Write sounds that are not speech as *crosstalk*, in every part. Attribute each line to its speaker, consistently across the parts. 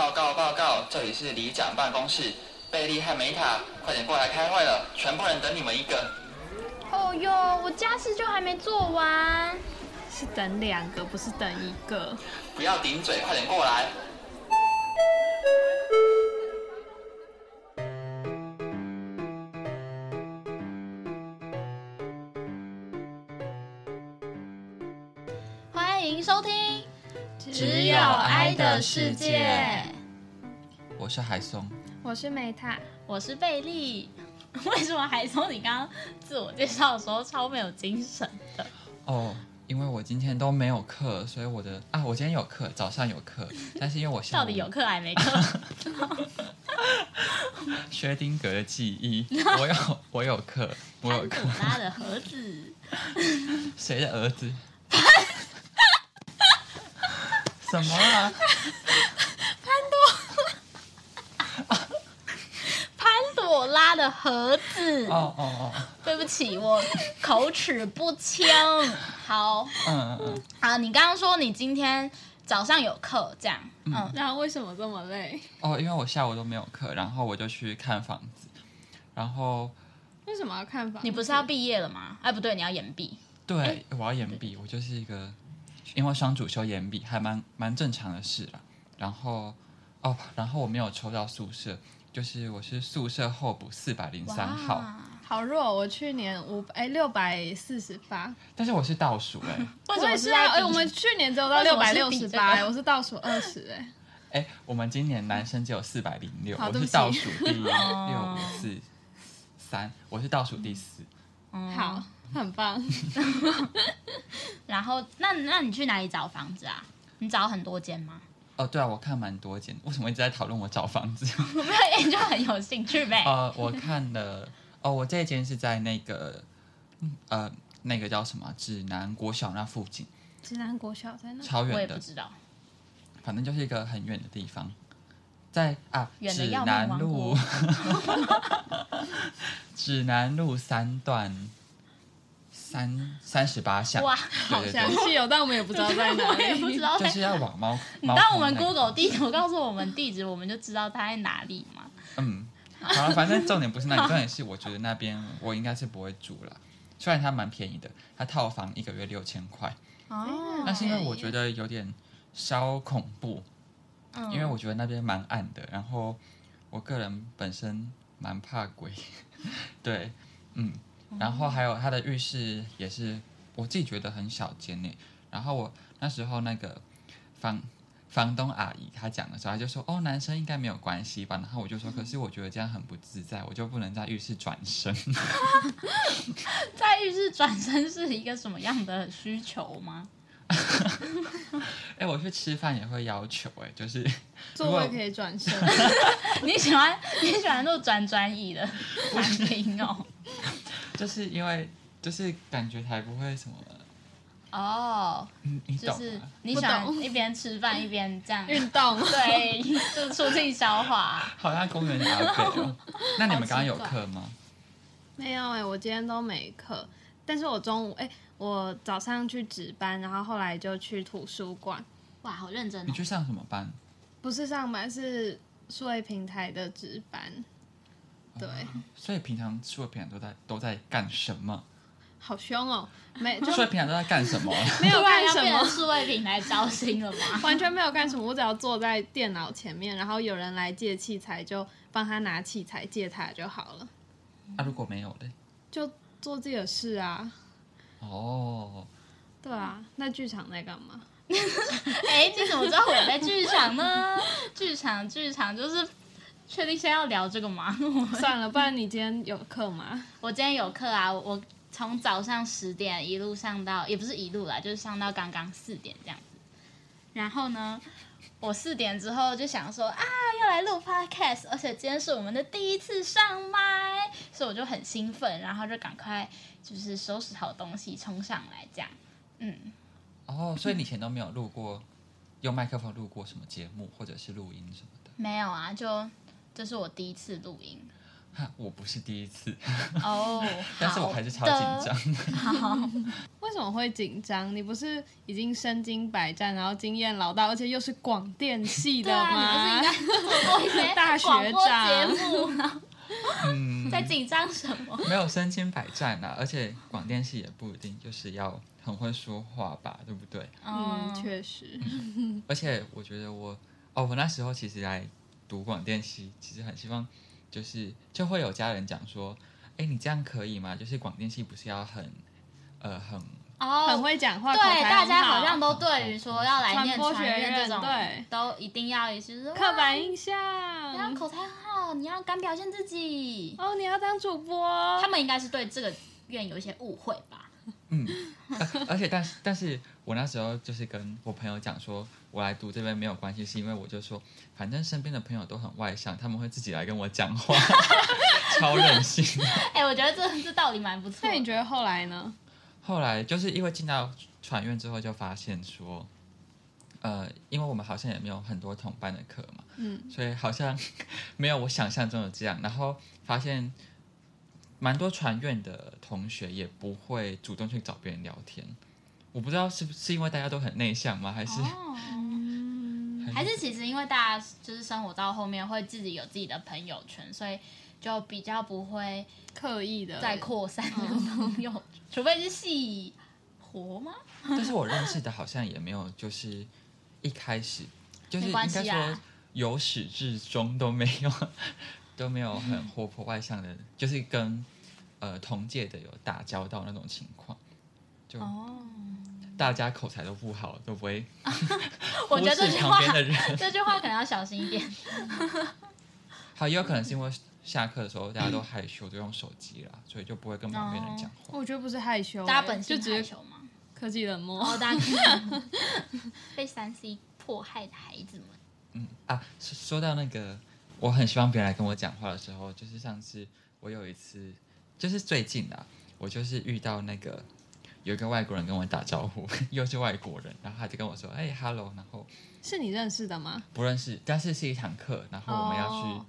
Speaker 1: 好，这里是里长办公室，贝利和梅塔，快点过来开会了，全部人等你们一个。
Speaker 2: 哦哟，我家事就还没做完。
Speaker 3: 是等两个，不是等一个。
Speaker 1: 不要顶嘴，快点过来。
Speaker 2: 欢迎收听，
Speaker 4: 只有爱的世界。
Speaker 1: 我是海松，
Speaker 3: 我是梅塔，
Speaker 4: 我是贝利。 *laughs* 为什么海松你刚刚自我介绍的时候超没有精神的？
Speaker 1: 哦，因为我今天都没有课，所以我的啊，我今天有课，早上有课，但是因为我下午
Speaker 4: 到底有课还没课？
Speaker 1: 薛丁格的记
Speaker 4: *laughs*
Speaker 1: 忆，我有我有课，我有
Speaker 4: 潘
Speaker 1: 课
Speaker 4: 朵，拉的盒子，
Speaker 1: 谁的儿
Speaker 4: *laughs*
Speaker 1: 子？什么啊？
Speaker 4: 潘朵拉的盒子。
Speaker 1: 哦哦哦，
Speaker 4: 对不起，我口齿不清。好，
Speaker 1: 嗯嗯嗯，
Speaker 4: 好，你刚刚说你今天早上有课，这样，嗯，
Speaker 3: 那为什么这么累？
Speaker 1: 哦，因为我下午都没有课，然后我就去看房子，然后
Speaker 3: 为什么要看房？
Speaker 4: 你不是要毕业了吗？哎，不对，你要延毕。
Speaker 1: 对、
Speaker 3: 哎
Speaker 1: 我要延毕，我就是一个因为双主修延毕还蛮蛮正常的事啦。然后哦，然后我没有抽到宿舍，就是我是宿舍候补四百零三号，
Speaker 4: 啊
Speaker 3: 好弱？我去年五哎六百四十八，
Speaker 1: 但是我是倒数哎、
Speaker 3: *laughs*
Speaker 4: 为
Speaker 3: 我
Speaker 4: 什
Speaker 3: 也
Speaker 4: 么
Speaker 3: 是
Speaker 4: 在
Speaker 3: 啊。
Speaker 4: 比
Speaker 3: 哎，我们去年只有到
Speaker 4: 为
Speaker 3: 六
Speaker 4: 什
Speaker 3: 百
Speaker 4: 么
Speaker 3: 六
Speaker 4: 是
Speaker 3: 十
Speaker 4: 比这个
Speaker 3: 八，哎我是倒数二十哎。
Speaker 1: 哎、我们今年男生只有四百零六，
Speaker 3: 好
Speaker 1: 我
Speaker 3: 对不
Speaker 1: 是
Speaker 3: 起
Speaker 1: 倒数第六
Speaker 4: 哦
Speaker 1: 五四三，我是倒数第四。
Speaker 4: 嗯
Speaker 3: 好，很棒。
Speaker 4: 然后，那那你去哪里找房子啊？你找很多间吗？
Speaker 1: 哦，对啊，我看蛮多间，为什么一直在讨论我找房子？
Speaker 4: *laughs* 我没有，哎你就很有兴趣呗。
Speaker 1: 呃，我看了，哦，我这间是在那个，嗯呃，那个叫什么指南国小那附近，
Speaker 3: 直男国小在哪？
Speaker 1: 超
Speaker 4: 我也
Speaker 1: 远
Speaker 4: 不
Speaker 1: 的，
Speaker 4: 知 *laughs* 道，
Speaker 1: 反正就是一个很远的地方，在啊，
Speaker 4: 远的
Speaker 1: 指
Speaker 4: 要命
Speaker 1: 南
Speaker 4: 王
Speaker 1: 路
Speaker 4: 国，
Speaker 1: *laughs* 指南路三段三三十八巷，
Speaker 4: 哇
Speaker 1: 对对
Speaker 3: 详
Speaker 1: 对，
Speaker 3: 细有，但我们也不知道在哪
Speaker 4: 我也不知
Speaker 3: 里。
Speaker 4: 道
Speaker 1: 就
Speaker 4: 在。
Speaker 1: 是要往
Speaker 4: *laughs*
Speaker 1: 猫，
Speaker 4: 你
Speaker 1: 猫
Speaker 4: 当
Speaker 1: 空
Speaker 4: 我们
Speaker 1: 那个
Speaker 4: Google 地图告诉我们地址，我们就知道它在哪里嘛？
Speaker 1: 嗯，好了，反正重点不是那里，重点是我觉得那边我应该是不会住了。虽然它蛮便宜的，它套房一个月六千块，
Speaker 4: 哦
Speaker 1: 但是因为我
Speaker 3: 便宜
Speaker 1: 觉得有点稍恐怖，
Speaker 4: 嗯
Speaker 1: 因为我觉得那边蛮暗的，然后我个人本身蛮怕鬼， *laughs* 对，嗯，
Speaker 4: 哦
Speaker 1: 然后还有它的浴室也是我自己觉得很小间呢，然后我那时候那个房房东阿姨她讲的时候，她就说哦男生应该没有关系吧，然后我就说
Speaker 4: 嗯
Speaker 1: 可是我觉得这样很不自在，我就不能在浴室转身， *laughs*
Speaker 4: 嗯在浴室转身是一个什么样的需求吗？ *laughs*
Speaker 1: 哎、我去吃饭也会要求哎，就是 *laughs*
Speaker 3: 座位可以转身，
Speaker 4: 你喜欢你喜欢做转转椅的餐厅哦？
Speaker 1: 就是因为就是感觉才不会什么，
Speaker 4: *laughs* 哦，
Speaker 1: 你你
Speaker 4: 就
Speaker 1: 懂
Speaker 4: 是
Speaker 1: 吗？
Speaker 4: 你喜
Speaker 3: 不
Speaker 4: 欢
Speaker 3: 懂
Speaker 4: 一边吃饭一边这样，
Speaker 3: 运动。
Speaker 4: 对，就促进消化。
Speaker 1: *laughs* 好像公园阿北
Speaker 4: *laughs*
Speaker 1: 哦。那你们刚刚有课吗？
Speaker 3: 没有哎、我今天都没课，但是我中午哎、我早上去值班，然后后来就去图书馆，
Speaker 4: 哇，好认真
Speaker 1: 你
Speaker 4: 哦！
Speaker 1: 去上什么班？
Speaker 3: 不是上班是数位平台的值班，对，
Speaker 1: 所以平常所有平常都在都在干什么？
Speaker 3: *laughs* 好凶哦，
Speaker 1: *laughs*
Speaker 3: 没就
Speaker 1: 所以平常都在干什
Speaker 4: *laughs*
Speaker 1: 么？
Speaker 3: 没有
Speaker 4: 突
Speaker 3: 干
Speaker 4: 然要
Speaker 3: 什
Speaker 4: 变成
Speaker 3: 么，
Speaker 4: 数位平台招新了吗？
Speaker 3: 完全没有干什么，我只要坐在电脑前面，然后有人来借器材就帮他拿器材借他就好了，
Speaker 1: *laughs* 啊，如果没有嘞？
Speaker 3: 就做自己的事啊，
Speaker 1: 哦，
Speaker 3: 对啊，那剧场在干
Speaker 4: *laughs*
Speaker 3: 嘛？
Speaker 4: *laughs* 哎，你怎么知道我在剧场呢？ *laughs* 剧场，剧场就是确定先要聊这个吗？
Speaker 3: 算了，不然你今天有课吗？
Speaker 4: *laughs* 我今天有课啊，我我从早上十点一路上到，也不是一路啦，就是上到刚刚四点这样子。然后呢，我四点之后就想说啊，要来录 podcast，而且今天是我们的第一次上麦，所以我就很兴奋，然后就赶快就是收拾好东西冲上来这样。嗯，
Speaker 1: 哦，所以你以前都没有录过用麦克风录过什么节目，或者是录音什么的？
Speaker 4: 没有啊，就这是我第一次录音，
Speaker 1: 哈，我不是第一次，
Speaker 4: 哦，
Speaker 1: *laughs* 但是我还是超紧
Speaker 4: *laughs*
Speaker 1: 张。
Speaker 4: 张。好，
Speaker 3: 为什么会紧张？你不是已经身经百战，然后经验老道，而且又是广电系的
Speaker 4: 对啊，
Speaker 3: 吗？
Speaker 4: 你不是应该做过一些
Speaker 3: *laughs* 大学
Speaker 4: 广播
Speaker 3: 长
Speaker 4: 节目，然后
Speaker 1: 嗯，
Speaker 4: 在紧张什么？
Speaker 1: 没有身经百战啊，而且广电系也不一定就是要很会说话吧，对不对？
Speaker 3: 嗯，
Speaker 4: 嗯，
Speaker 3: 确实，
Speaker 1: 而且我觉得我哦，我那时候其实来读广电系，其实很希望就是就会有家人讲说，哎，你这样可以吗？就是广电系不是要很呃很
Speaker 4: 哦，
Speaker 3: 很会讲话，口
Speaker 4: 对，
Speaker 3: 才
Speaker 4: 大家
Speaker 3: 很
Speaker 4: 好像都对于说要来念
Speaker 3: 传播学
Speaker 4: 传院这
Speaker 3: 院
Speaker 4: 种
Speaker 3: 对，
Speaker 4: 都一定要就是
Speaker 3: *laughs*
Speaker 4: 说
Speaker 3: 刻板
Speaker 4: 哇
Speaker 3: 印象。
Speaker 4: 你要口才很好，你要敢表现自己。
Speaker 3: 哦，你要当主播
Speaker 4: 他，们应该是对这个院有一些误会吧？ *laughs*
Speaker 1: 嗯，呃而且但是但是我那时候就是跟我朋友讲说，我来读这边没有关系，是因为我就说，反正身边的朋友都很外向，他们会自己来跟我讲话， *laughs* 超任性。
Speaker 4: 哎、我觉得这这道理蛮不错
Speaker 3: 那
Speaker 4: 的。
Speaker 3: 你觉得后来呢？
Speaker 1: 后来就是因为进到传院之后，就发现说，呃，因为我们好像也没有很多同班的课嘛，
Speaker 3: 嗯，
Speaker 1: 所以好像 *laughs* 没有我想象中的这样。然后发现蛮多传院的同学也不会主动去找别人聊天。我不知道是不是因为大家都很内向吗？还是、
Speaker 4: 哦，还是其实因为大家就是生活到后面会自己有自己的朋友圈，所以就比较不会
Speaker 3: 刻意的
Speaker 4: 再扩散那个朋友，除非是系活吗？ *laughs*
Speaker 1: 但是我认识的好像也没有，就是一开始就是
Speaker 4: 没
Speaker 1: 应
Speaker 4: 关
Speaker 1: 该
Speaker 4: 系啊
Speaker 1: 说由始至终都没有 *laughs* 都没有
Speaker 4: 嗯
Speaker 1: 很活泼外向的，就是跟呃同届的有打交道那种情况，就
Speaker 4: 哦，
Speaker 1: 大家口才都不好，都不会
Speaker 4: *laughs* 我
Speaker 1: 忽
Speaker 4: 觉得这
Speaker 1: 视
Speaker 4: 句
Speaker 1: 旁
Speaker 4: 话
Speaker 1: 边的
Speaker 4: *laughs*
Speaker 1: 人。
Speaker 4: 这句话可能要小心一点。
Speaker 1: 好，也有可能是因为下课的时候大家都害羞，都用手机啦，所以就不会跟旁边人讲话。
Speaker 3: 我觉得不是害羞、欸
Speaker 4: 大家本
Speaker 3: 哦就
Speaker 4: 性
Speaker 3: 只
Speaker 4: 害
Speaker 3: 是
Speaker 4: 羞嘛，
Speaker 3: 科技冷漠。
Speaker 4: 然哦后大家看被三 C 迫害的孩子
Speaker 3: *laughs*
Speaker 4: 们，
Speaker 1: 嗯啊，说说到那个，我很希望别人来跟我讲话的时候，就是上次我有一次，就是最近啊，我就是遇到那个有一个外国人跟我打招呼， *laughs* 又是外国人，然后他就跟我说：“哎、h e l l o 然后
Speaker 3: 是你认识的吗？ *laughs*
Speaker 1: 不认识，但是是一堂课，然后我们要去、
Speaker 3: 哦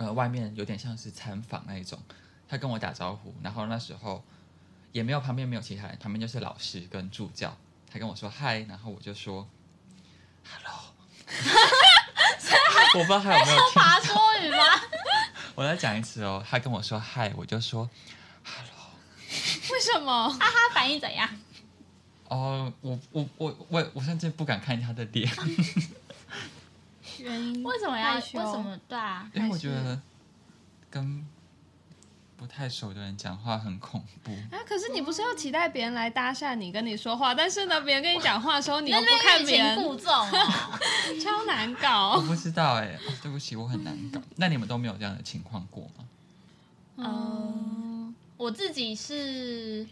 Speaker 1: 呃外面有点像是参访那一种。他跟我打招呼，然后那时候也没有旁边没有其他人，旁边就是老师跟助教。他跟我说嗨，然后我就说 hello，我不知道他有没有听。
Speaker 4: 爬说语吗？
Speaker 1: 我再讲一次哦，他跟我说嗨，我就说 hello。
Speaker 3: 为什
Speaker 4: *laughs*
Speaker 3: 么？
Speaker 4: 他反应怎样？
Speaker 1: 哦，我我我我我甚至不敢看他的脸，
Speaker 3: 原因
Speaker 4: 为什么
Speaker 3: *laughs*
Speaker 4: 要？
Speaker 3: 害
Speaker 4: 为
Speaker 3: 羞
Speaker 4: 什么？对啊，
Speaker 1: 因为我觉得跟不太熟的人讲话很恐怖。
Speaker 3: 啊！可是你不是要期待别人来搭讪你、跟你说话，但是呢，别人跟你讲话的时候，你
Speaker 4: 你
Speaker 3: 又
Speaker 4: 在
Speaker 3: 不
Speaker 4: 那边
Speaker 3: 看
Speaker 4: 欲
Speaker 3: 别
Speaker 4: 擒
Speaker 3: 人，
Speaker 4: 故纵
Speaker 3: *laughs*
Speaker 4: 哦。
Speaker 3: 超难搞
Speaker 1: 我。不知道哎、哦对不起，我很难搞。那你们都没有这样的情况过吗？
Speaker 3: 嗯，
Speaker 4: 我自己是，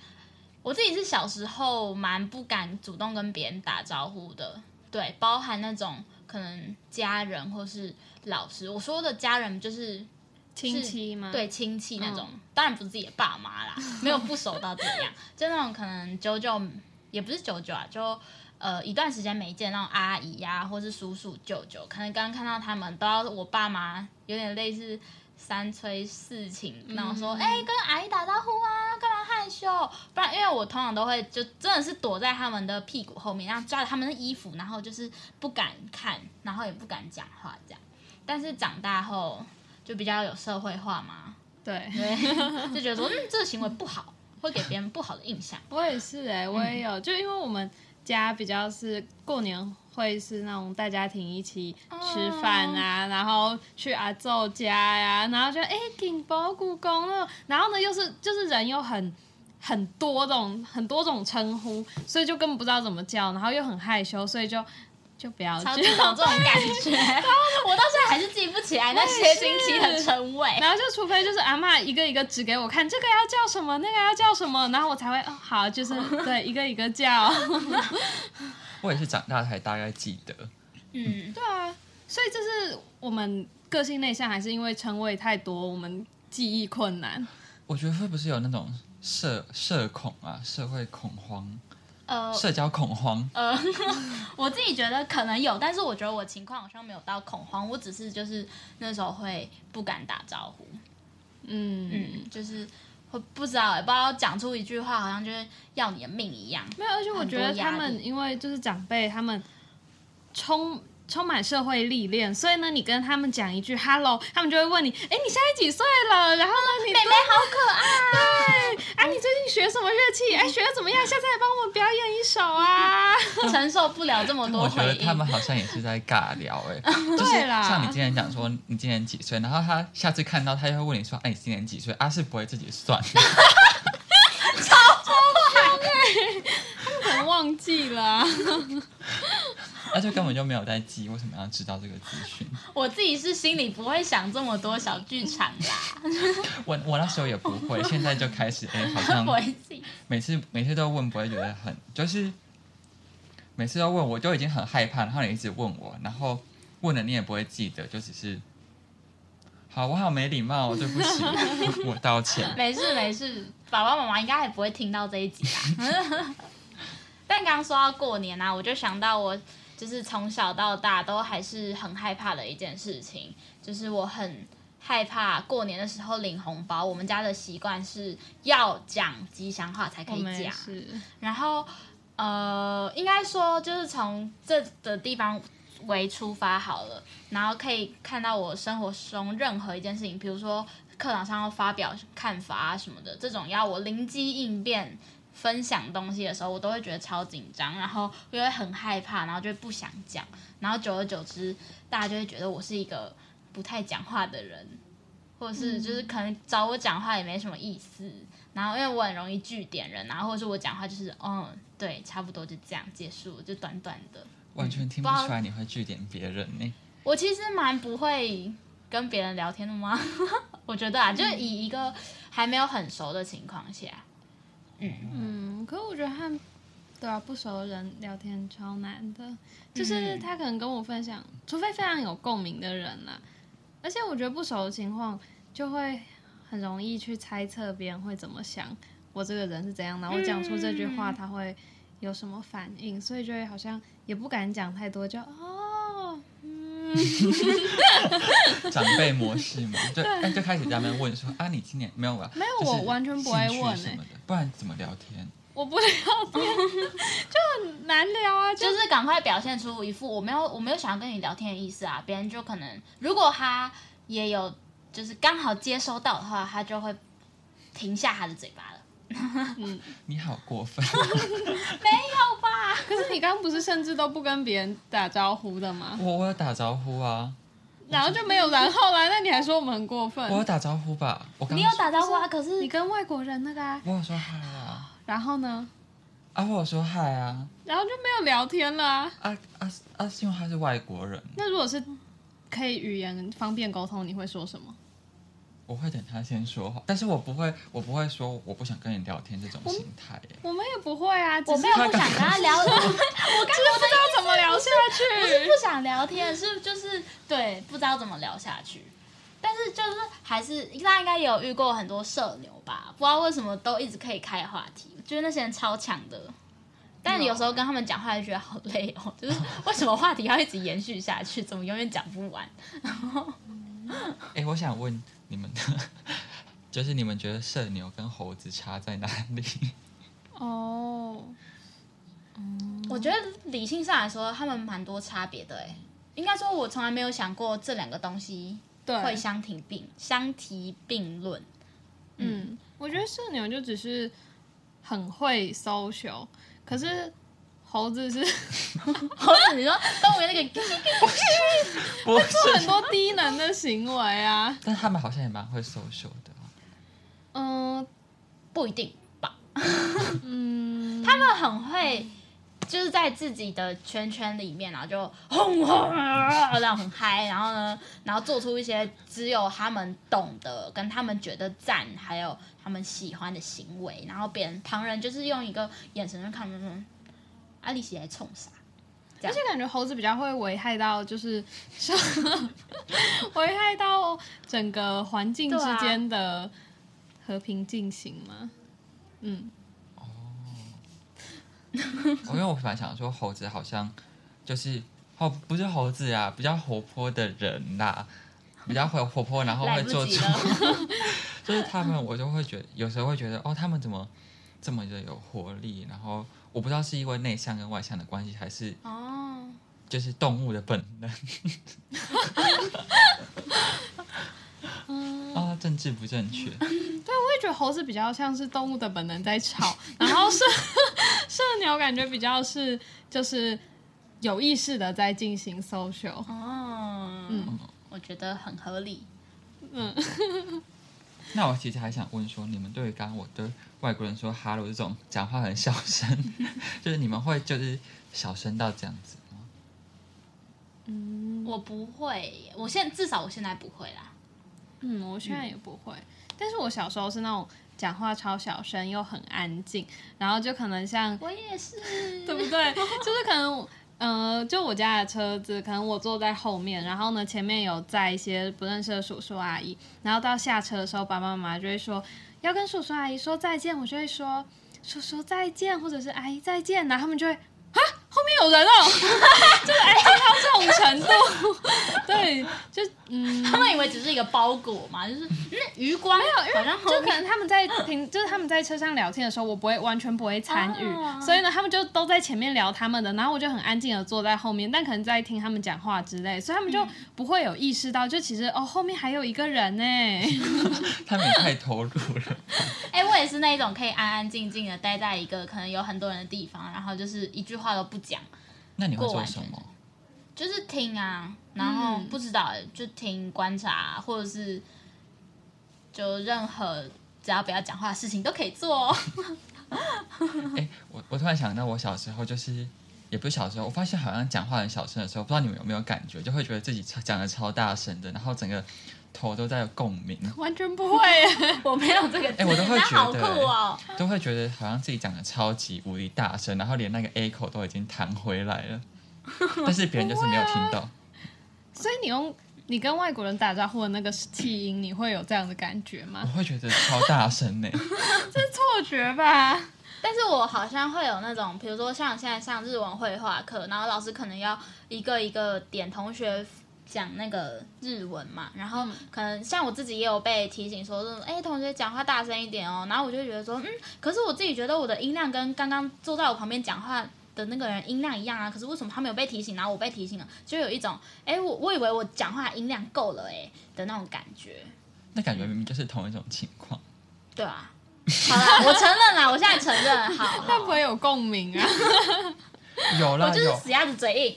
Speaker 4: 我自己是小时候蛮不敢主动跟别人打招呼的，对，包含那种可能家人或是老师。我说的家人就是
Speaker 3: 亲戚吗？
Speaker 4: 对，亲戚那种，当然不是自己的爸妈啦，没有不熟到这样，就那种可能久久也不是久久啊，就呃一段时间没见到阿姨呀、或是叔叔舅舅，可能刚看到他们都要我爸妈有点类似三催四请，那种说
Speaker 3: 嗯
Speaker 4: 哎、跟阿姨打招呼啊，干嘛害羞？不然因为我通常都会就真的是躲在他们的屁股后面，然后抓着他们的衣服，然后就是不敢看，然后也不敢讲话这样。但是长大后就比较有社会化嘛，
Speaker 3: 对。
Speaker 4: 对，就觉得说，嗯，这个行为不好，会给别人不好的印象。
Speaker 3: 我也是哎、我也有，就因为我们家比较是过年会是那种大家庭一起吃饭啊，然后去阿昼家呀、然后就哎景宝故宫了，然后呢又是就是人又很。很多种很多种称呼，所以就根本不知道怎么叫，然后又很害羞，所以就就不要
Speaker 4: 超
Speaker 3: 叫
Speaker 4: 级，懂这种感 *laughs* 觉，啊我到现在还是记不起来那些亲戚的称谓。
Speaker 3: *laughs* 然后就除非就是阿嬷一个一个指给我看，这个要叫什么，那个要叫什么，然后我才会哦好，就是对一个一个叫。
Speaker 1: 我也是长大才大概记得。
Speaker 4: 嗯，
Speaker 3: 对啊，所以这是我们个性内向，还是因为称谓太多，我们记忆困难？
Speaker 1: 我觉得会不是有那种社社恐啊，社会恐慌、
Speaker 4: 呃
Speaker 1: 社交恐慌？
Speaker 4: 呃， *laughs* 我自己觉得可能有，但是我觉得我情况好像没有到恐慌，我只是就是那时候会不敢打招呼。
Speaker 3: 嗯
Speaker 4: 嗯，就是会不知道、欸，不知道讲出一句话，好像就是要你的命一样。
Speaker 3: 没有，而且我觉得
Speaker 4: 很多
Speaker 3: 他
Speaker 4: 压力
Speaker 3: 们因为就是长辈，他们充充满社会历练，所以呢，你跟他们讲一句 “hello”，他们就会问你：“哎，你现在几岁了？”然后呢，你妹妹好可爱。对啊，你最近学什么乐器？哎，学的怎么样？下次来帮我们表演一首啊！
Speaker 4: 承受不了这么
Speaker 1: *laughs*
Speaker 4: 多啊
Speaker 1: 我觉
Speaker 4: 回
Speaker 1: 得他们
Speaker 4: 应。
Speaker 1: 好像也是在尬聊
Speaker 4: *laughs*
Speaker 1: 哎、就是
Speaker 3: 对啦
Speaker 1: 像你今年讲说你今年几岁，然后他下次看到他又会问你说，哎、你今年几岁？啊，是不会自己算的，
Speaker 3: 可能忘记了啊、
Speaker 1: 他就根本就没有在记，为什么要知道这个资讯？
Speaker 4: 我自己是心里不会想这么多小剧场啦，
Speaker 1: 我我那时候也不会，现在就开始哎、好像
Speaker 4: *laughs* 我自己
Speaker 1: 每次每次都问，不会觉得很就是每次都问，我就已经很害怕，然后你一直问我，然后问了你也不会记得，就只是好，我好没礼貌哦，对不
Speaker 3: *laughs*
Speaker 1: 起，我道歉。
Speaker 4: *laughs* 没事没事，爸爸妈妈应该也不会听到这一集啦。 *laughs* 但刚刚说到过年啊，我就想到我就是从小到大都还是很害怕的一件事情，就是我很害怕过年的时候领红包。我们家的习惯是要讲吉祥话才可
Speaker 3: 我
Speaker 4: 以
Speaker 3: 们也
Speaker 4: 讲，
Speaker 3: 是，
Speaker 4: 然后呃，应该说就是从这的地方为出发好了，然后可以看到我生活中任何一件事情，比如说课堂上要发表看法啊什么的，这种要我灵机应变。分享东西的时候，我都会觉得超紧张，然后我也会很害怕，然后就不想讲，然后久而久之，大家就会觉得我是一个不太讲话的人，或者是就是可能找我讲话也没什么意思，然后因为我很容易据点人，然啊后或者是我讲话就是嗯，对，差不多就这样结束，就短短的。
Speaker 1: 完全听不出来你会据点别人呢、
Speaker 4: 我其实蛮不会跟别人聊天的吗？ *laughs* 我觉得啊，就是以一个还没有很熟的情况下，
Speaker 3: 嗯，可我觉得和对啊不熟的人聊天超难的，就是
Speaker 4: 嗯
Speaker 3: 他可能跟我分享，除非非常有共鸣的人啦。而且我觉得不熟的情况就会很容易去猜测别人会怎么想，我这个人是怎样，然后我讲出这句话
Speaker 4: 嗯
Speaker 3: 他会有什么反应，所以就会好像也不敢讲太多，就哦，
Speaker 1: 长辈模式
Speaker 3: *laughs*
Speaker 1: 嘛，就哎就开始在那边问说啊，你今年没有我没
Speaker 3: 有我完全不会问
Speaker 1: 什
Speaker 3: 欸
Speaker 1: 么的，不然怎么聊天？
Speaker 3: *laughs* 我不聊天，就很难聊啊，就
Speaker 4: 就是赶快表现出一副我没有我没有想要跟你聊天的意思啊，别人就可能如果他也有就是刚好接收到的话，他就会停下他的嘴巴了。
Speaker 1: 你好过
Speaker 3: *laughs*
Speaker 1: 分，
Speaker 3: 可是你刚刚不是甚至都不跟别人打招呼的吗？
Speaker 1: 我我有打招呼啊，
Speaker 3: 然后就没有然后啦，那你还说我们很过分？
Speaker 1: 我有打招呼吧，我刚
Speaker 4: 你有打招呼啊，可是
Speaker 3: 你跟外国人那个啊，
Speaker 1: 我有说嗨啊，
Speaker 3: 然后呢，
Speaker 1: 啊我有说嗨啊，
Speaker 3: 然后就没有聊天了啊。
Speaker 1: 啊啊啊，是因为他是外国人，
Speaker 3: 那如果是可以语言方便沟通，你会说什么？
Speaker 1: 我会等他先说话，但是我不会我不会说我不想跟你聊天这种心态、欸，
Speaker 3: 我们也不会啊，只
Speaker 4: 我
Speaker 3: 是
Speaker 4: 没有不想跟他 *laughs* 聊，我刚刚
Speaker 3: 不知道怎么聊下
Speaker 4: 不是
Speaker 3: 去。
Speaker 4: 不想聊天，是就是对不知道怎么聊下去。但是就是还是大家应该也有遇过很多社牛吧，不知道为什么都一直可以开话题，我觉得那些人超强的。但有时候跟他们讲话就觉得好累哦，就是为什么话题要一直延续下去，怎么永远讲不完？
Speaker 1: 哎、我想问你们的， *laughs* 就是你们觉得社牛跟猴子差在哪里？ *laughs*
Speaker 3: 哦，
Speaker 4: 我觉得理性上来说，他们蛮多差别的哎。应该说，我从来没有想过这两个东西
Speaker 3: 对，
Speaker 4: 会相提并相提并论。 *laughs*
Speaker 3: 嗯，我觉得社牛就只是很会 social，可是猴子是 *laughs*
Speaker 4: 猴子，你说动物园那个
Speaker 1: 不是
Speaker 3: 很多低能的行为啊。
Speaker 1: 但他们好像也蛮会 social 的啊、
Speaker 3: 嗯
Speaker 4: 不一定吧？
Speaker 3: 嗯，
Speaker 4: 他们很会，就是在自己的圈圈里面，然后就轰轰，然后很嗨，然后呢，然后做出一些只有他们懂的，跟他们觉得赞，还有他们喜欢的行为，然后别人旁人就是用一个眼神就看着说，啊阿丽喜来冲啥？
Speaker 3: 而且感觉猴子比较会危害到，就是 *laughs* 危害到整个环境之间的和平进行嘛。嗯，
Speaker 1: 哦因为我本来想说猴子好像就是哦，不是猴子啊，比较活泼的人啦、比较活活泼，然后
Speaker 4: 来
Speaker 1: 会
Speaker 4: 不
Speaker 1: 做
Speaker 4: 及
Speaker 1: 出，
Speaker 4: *laughs* 了。
Speaker 1: 就是他们我就会觉得有时候会觉得哦，他们怎么这么的有活力？然后我不知道是因为内向跟外向的关系，还是
Speaker 4: 哦，
Speaker 1: 就是动物的本
Speaker 4: *laughs*
Speaker 1: 能。
Speaker 4: 嗯
Speaker 1: *laughs* 啊，政治不正确，
Speaker 3: 我也觉得猴子比较像是动物的本能在吵，然后 *laughs* 社社牛感觉比较是就是有意识的在进行 social。
Speaker 4: 哦，嗯，我觉得很合理。
Speaker 1: 那我其实还想问说，你们对于刚刚我对外国人说 “hello” 这种讲话很小声， *laughs* 就是你们会就是小声到这样子吗？
Speaker 4: 我不会，我现至少我现在不会啦。
Speaker 3: 嗯，我现在也不会，但是我小时候是那种讲话超小声又很安静，然后就可能像
Speaker 4: 我也是，
Speaker 3: 对不对？就是可能，呃，就我家的车子，可能我坐在后面，然后呢，前面有载一些不认识的叔叔阿姨，然后到下车的时候，爸爸妈妈就会说要跟叔叔阿姨说再见，我就会说叔叔再见，或者是阿姨再见，然后他们就会。啊，后面有人哦， *laughs* 就是哎，到这种程度， *laughs* 对，就嗯，
Speaker 4: 他们以为只是一个包裹嘛，就是那余光好像后
Speaker 3: 就可
Speaker 4: 面
Speaker 3: 能他们在平， *laughs* 就是他们在车上聊天的时候，我不会完全不会参与，
Speaker 4: 哦
Speaker 3: 所以呢，他们就都在前面聊他们的，然后我就很安静的坐在后面，但可能在听他们讲话之类，所以他们就不会有意识到，就其实哦，后面还有一个人呢。 *laughs*
Speaker 1: 他们也太投入了。
Speaker 4: 哎、我也是那一种可以安安静静的待在一个可能有很多人的地方，然后就是一句话都不讲，
Speaker 1: 那你会
Speaker 4: 过
Speaker 1: 做
Speaker 4: 完
Speaker 1: 什
Speaker 4: 全
Speaker 1: 么？
Speaker 4: 就是听啊，然后
Speaker 3: 嗯
Speaker 4: 不知道、欸就听观察、啊或者是就任何只要不要讲话的事情都可以做、哦。 *laughs*
Speaker 1: 哎、我我突然想到，我小时候就是，也不是小时候，我发现好像讲话很小声的时候，不知道你们有没有感觉，就会觉得自己超讲的超大声的，然后整个头都在有共鸣，
Speaker 3: 完全不会耶，
Speaker 4: 我没有这个，
Speaker 1: 哎我都会
Speaker 4: 那好
Speaker 1: 觉
Speaker 4: 酷
Speaker 1: 得
Speaker 4: 哦。
Speaker 1: 都会觉得好像自己讲的超级无敌大声，然后连那个 echo 都已经弹回来
Speaker 4: *laughs*
Speaker 1: 了，但是别人就是没有听到。
Speaker 3: 所以你用你跟外国人打招呼的那个气音，你会有这样的感觉
Speaker 1: 我
Speaker 3: *laughs* 吗？
Speaker 1: 会觉得超大声呢、
Speaker 3: 错觉吧。
Speaker 4: 但是我好像会有那种，比如说像现在上日文绘画课，然后老师可能要一个一个点同学讲那个日文嘛，然后可能像我自己也有被提醒说，哎、同学讲话大声一点哦，然后我就觉得说，嗯，可是我自己觉得我的音量跟刚刚坐在我旁边讲话。的那个人音量一样啊，可是为什么他没有被提醒，然后我被提醒了，就有一种，哎、我我以为我讲话音量够了、哎的那种感觉。
Speaker 1: 那感觉明明就是同一种情况。
Speaker 4: 对啊，好啦，我承认啦，我现在承认，
Speaker 3: *laughs*
Speaker 4: 好，
Speaker 3: 会不
Speaker 4: 好
Speaker 3: 会有共鸣啊？
Speaker 1: 有啦
Speaker 4: 我就是
Speaker 1: 有，
Speaker 4: 死鸭子嘴硬。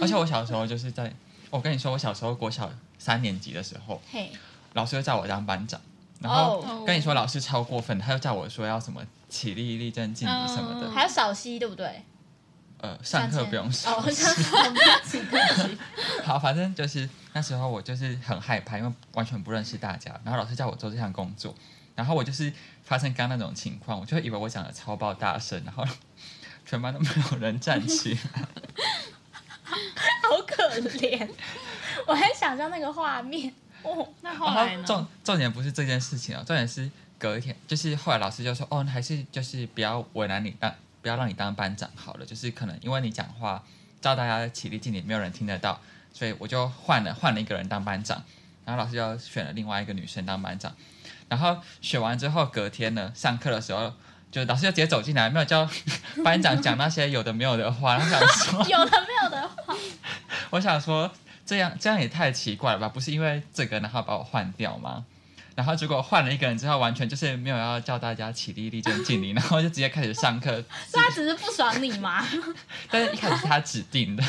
Speaker 1: 而且我小时候就是在，我跟你说，我小时候国小三年级的时候，
Speaker 4: 嘿，
Speaker 1: 老师就叫我当班长，然后
Speaker 4: 哦
Speaker 1: 跟你说老师超过分，他又叫我说要什么起立立正敬礼什么的，
Speaker 3: 嗯
Speaker 4: 还要少吸，对不对？
Speaker 1: 呃，上课不用说。
Speaker 4: 哦，上课不用吸，对不起
Speaker 1: *laughs* 好，反正就是那时候我就是很害怕，因为完全不认识大家，然后老师叫我做这项工作，然后我就是发生刚刚那种情况，我就以为我讲的超爆大声，然后全班都没有人站起来。
Speaker 4: 好可怜。 *laughs* 我很想象那个画面。哦，
Speaker 3: *laughs* 那后
Speaker 1: 然
Speaker 3: 来
Speaker 1: 后
Speaker 3: 呢？
Speaker 1: 重重点不是这件事情啊，重点是隔一天，就是后来老师就说，哦，还是就是不要为难你当，不要让你当班长好了，就是可能因为你讲话叫大家起立敬礼，没有人听得到，所以我就换了换了一个人当班长，然后老师就选了另外一个女生当班长，然后选完之后隔天呢，上课的时候。就老师就直接走进来，没有叫 *laughs* 班长讲那些有的没有的话，然后想说，
Speaker 4: 有的没有的，
Speaker 1: 我想说，这样这样也太奇怪了吧？不是因为这个然后把我换掉吗？然后结果换了一个人之后，完全就是没有要叫大家起立立正敬礼，然后就直接开始上课。
Speaker 4: 所以他只是不爽你嘛。
Speaker 1: *laughs* 但是一开始是他指定的，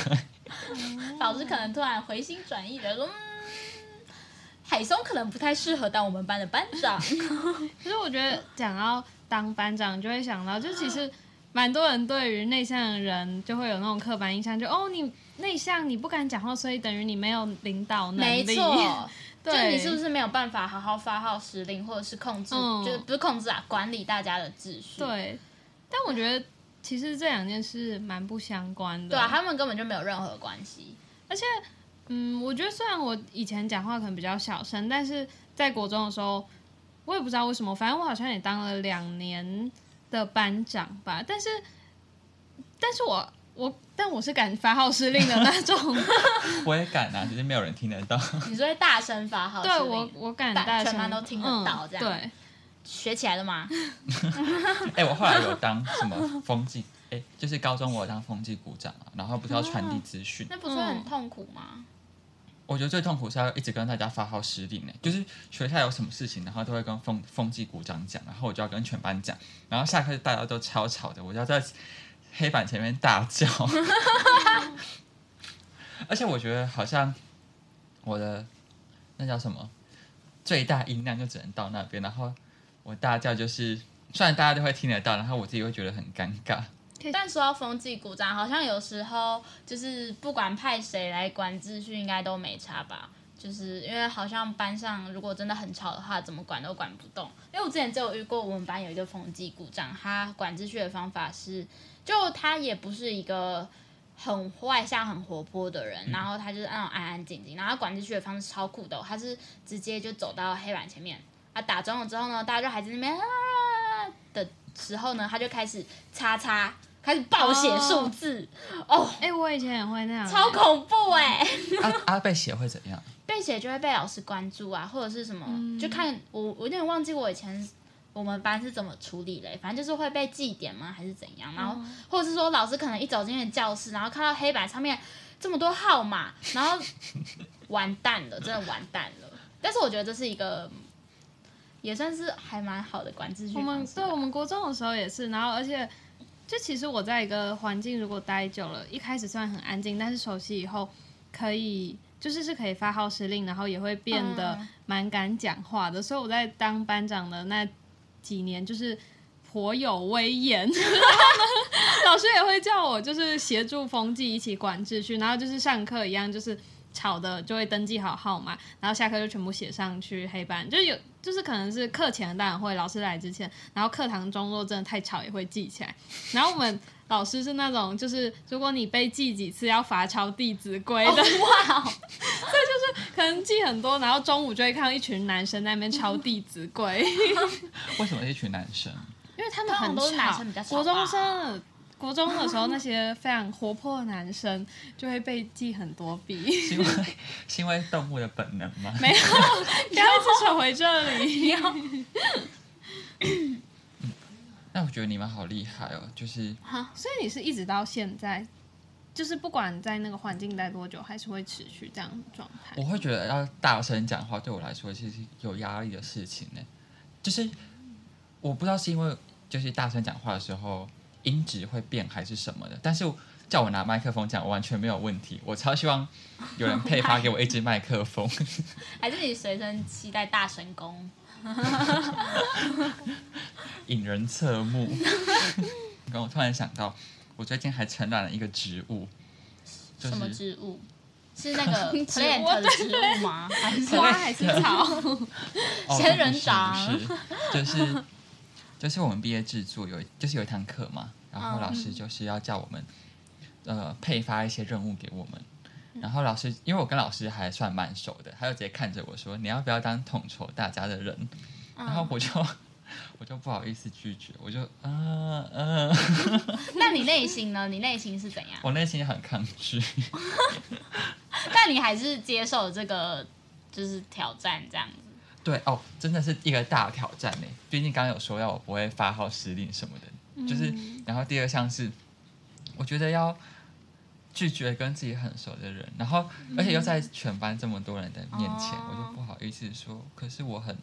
Speaker 1: *laughs*
Speaker 4: 老师可能突然回心转意的说，嗯，海松可能不太适合当我们班的班
Speaker 1: *laughs*
Speaker 4: 长。
Speaker 3: 可是我觉得讲到当班长，就会想到，就其实蛮多人对于内向的人就会有那种刻板印象，就哦你内向，你不敢讲话，所以等于你没有领导能
Speaker 4: 没
Speaker 3: 力。
Speaker 4: 错，
Speaker 3: *laughs*
Speaker 4: 就
Speaker 3: 对，
Speaker 4: 你是不是没有办法好好发号施令，或者是控制，
Speaker 3: 嗯
Speaker 4: 就是不是控制啊，管理大家的秩序。。
Speaker 3: 对？但我觉得其实这两件事蛮不相关的。
Speaker 4: 对啊，他们根本就没有任何关系。
Speaker 3: 而且，嗯，我觉得虽然我以前讲话可能比较小声，但是在国中的时候，我也不知道为什么，反正我好像也当了两年的班长吧。但是，但是我我但我是敢发号施令的那种，
Speaker 1: 我也敢啊，只是没有人听得到。
Speaker 4: 你是会大声发号施
Speaker 3: 对
Speaker 4: 令，
Speaker 3: 我我敢
Speaker 4: 大
Speaker 3: 大
Speaker 4: 全
Speaker 3: 声，
Speaker 4: 班都听得到
Speaker 3: 嗯
Speaker 4: 这样
Speaker 3: 对，
Speaker 4: 学起来了 *laughs* 吗？
Speaker 1: 哎、我后来有当什么风纪，哎、就是高中我有当风纪股长啊，然后不是要传递资讯，啊
Speaker 4: 那不是会很痛苦吗？
Speaker 1: 我觉得最痛苦是要一直跟大家发号施令呢、就是学校有什么事情，然后都会跟风风纪股长讲，然后我就要跟全班讲，然后下课大家都超吵的，我就要在黑板前面大叫。 *laughs* 而且我觉得好像我的那叫什么最大音量就只能到那边，然后我大叫就是虽然大家都会听得到，然后我自己会觉得很尴尬。
Speaker 4: 但说到风纪鼓掌，好像有时候就是不管派谁来管秩序，应该都没差吧？就是因为好像班上如果真的很吵的话，怎么管都管不动。因为我之前就有遇过我们班有一个风纪鼓掌，他管秩序的方法是，就他也不是一个很外向、很活泼的人，然后他就是那种安安静静，然后他管秩序的方式超酷的哦、他是直接就走到黑板前面，啊打钟了之后呢，大家就还在那边啊的时候呢，他就开始叉叉，开始暴写数字，哦，
Speaker 3: 哎、我以前也会那样，
Speaker 4: 超恐怖哎、
Speaker 1: 阿阿贝啊写会怎样？
Speaker 4: 被写就会被老师关注啊，或者是什么，
Speaker 3: 嗯
Speaker 4: 就看我我有点忘记我以前我们班是怎么处理嘞，反正就是会被记点吗，还是怎样？然后、
Speaker 3: 哦
Speaker 4: 或者是说老师可能一走进去教室，然后看到黑板上面这么多号码，
Speaker 3: *laughs*
Speaker 4: 然后完蛋了，真的完蛋了。但是我觉得这是一个也算是还蛮好的管秩序
Speaker 3: 我
Speaker 4: 方
Speaker 3: 们
Speaker 4: 式吧
Speaker 3: 对我们国中的时候也是，然后而且就其实我在一个环境如果待久了，一开始虽然很安静，但是熟悉以后可以就是是可以发号施令，然后也会变得
Speaker 4: 嗯
Speaker 3: 蛮敢讲话的。所以我在当班长的那几年就是。颇有威严， *laughs* 然后呢，老师也会叫我就是协助风纪一起管秩序，然后就是上课一样，就是吵的就会登记好号码，然后下课就全部写上去黑板，就有就是可能是课前当然会，老师来之前，然后课堂中若真的太吵也会记起来。然后我
Speaker 4: *laughs*
Speaker 3: 们老师是那种就是如果你被记几次要罚抄《弟子规》的，
Speaker 4: *laughs* 哇哦，
Speaker 3: 可能记很多，然后中午就会看到一群男生在那边抄《弟子规》，
Speaker 4: *laughs*
Speaker 1: 为什么是一群男生？
Speaker 3: 因为他们很
Speaker 4: 通常都是男生比较吵吧
Speaker 3: 国中生。国中的时候，
Speaker 4: *laughs*
Speaker 3: 那些非常活泼的男生就会被记很多笔。
Speaker 4: *laughs*
Speaker 1: 是因为 *laughs* 是因为动物的本能吗？
Speaker 3: 没有，不要一直扯回这里。
Speaker 1: 那我觉得你们好厉害哦，就是
Speaker 3: 所以你是一直到现在，就是不管在那个环境待多久，还是会持续这样的状态
Speaker 1: 我。
Speaker 4: 哎
Speaker 1: 会觉得要大声讲话对我来说是有压力的事情呢。就是我不知道是因为就是大声讲话的时候音质会变还是什么的，但是叫我拿麦克风讲，我完全没有问题。我超希望有人配发给我一支麦克风， *laughs*
Speaker 4: 还是你随身期待大神功？
Speaker 1: 引人侧目。 *laughs* 刚我突然想到，我最近还承染了一个植物，就
Speaker 4: 什么
Speaker 1: 是
Speaker 4: 植物？是那
Speaker 3: *laughs*
Speaker 4: 个
Speaker 3: 植物
Speaker 4: plant 的植物吗？还是
Speaker 3: 花还是草？ *laughs*
Speaker 1: 哦
Speaker 4: 仙人
Speaker 1: 不
Speaker 4: 掌
Speaker 1: 是
Speaker 4: *laughs*
Speaker 1: 不是就是就是我们毕业制作有就是有一堂课嘛，然后
Speaker 4: 嗯
Speaker 1: 老师就是要叫我们呃配发一些任务给我们。
Speaker 4: 嗯
Speaker 1: 然后老师，因为我跟老师还算蛮熟的，他就直接看着我说：“你要不要当统筹大家的人？”
Speaker 4: 嗯
Speaker 1: 然后我就 *laughs* 我就不好意思拒绝，我就嗯嗯、
Speaker 4: *laughs* 那你内心呢？你内心是怎样？
Speaker 1: *laughs*
Speaker 4: *laughs*
Speaker 1: 我内心很抗拒。
Speaker 4: 但你还是接受这个就是挑战这样子。
Speaker 1: 对哦，真的是一个大挑战呢。毕竟刚刚有说要我不会发号施令什么的，就是
Speaker 4: 嗯
Speaker 1: 然后第二项是，我觉得要拒绝跟自己很熟的人，然后而且又在全班这么多人的面前，
Speaker 4: 嗯哦
Speaker 1: 我就不好意思说，可是我很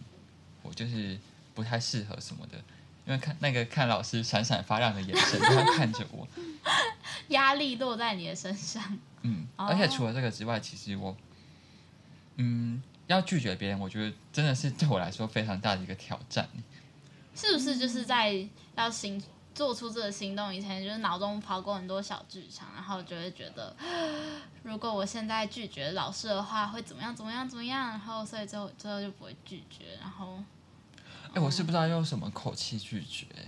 Speaker 1: 我就是不太适合什么的。因为看那个看老师闪闪发亮的眼神，他看着
Speaker 4: *laughs*
Speaker 1: 我，
Speaker 4: 压力落在你的身上，
Speaker 1: 嗯，
Speaker 4: 哦
Speaker 1: 而且除了这个之外，其实我，嗯，要拒绝别人，我觉得真的是对我来说非常大的一个挑战。
Speaker 4: 是不是就是在要行做出这个行动以前，就是脑中跑过很多小剧场，然后就会觉得， *gasps* 如果我现在拒绝老师的话，会怎么样？怎么样？怎么样？然后所以之后之后就不会拒绝，然后
Speaker 1: 哎、我是
Speaker 3: 嗯
Speaker 1: 不知道用什么口气拒绝，哎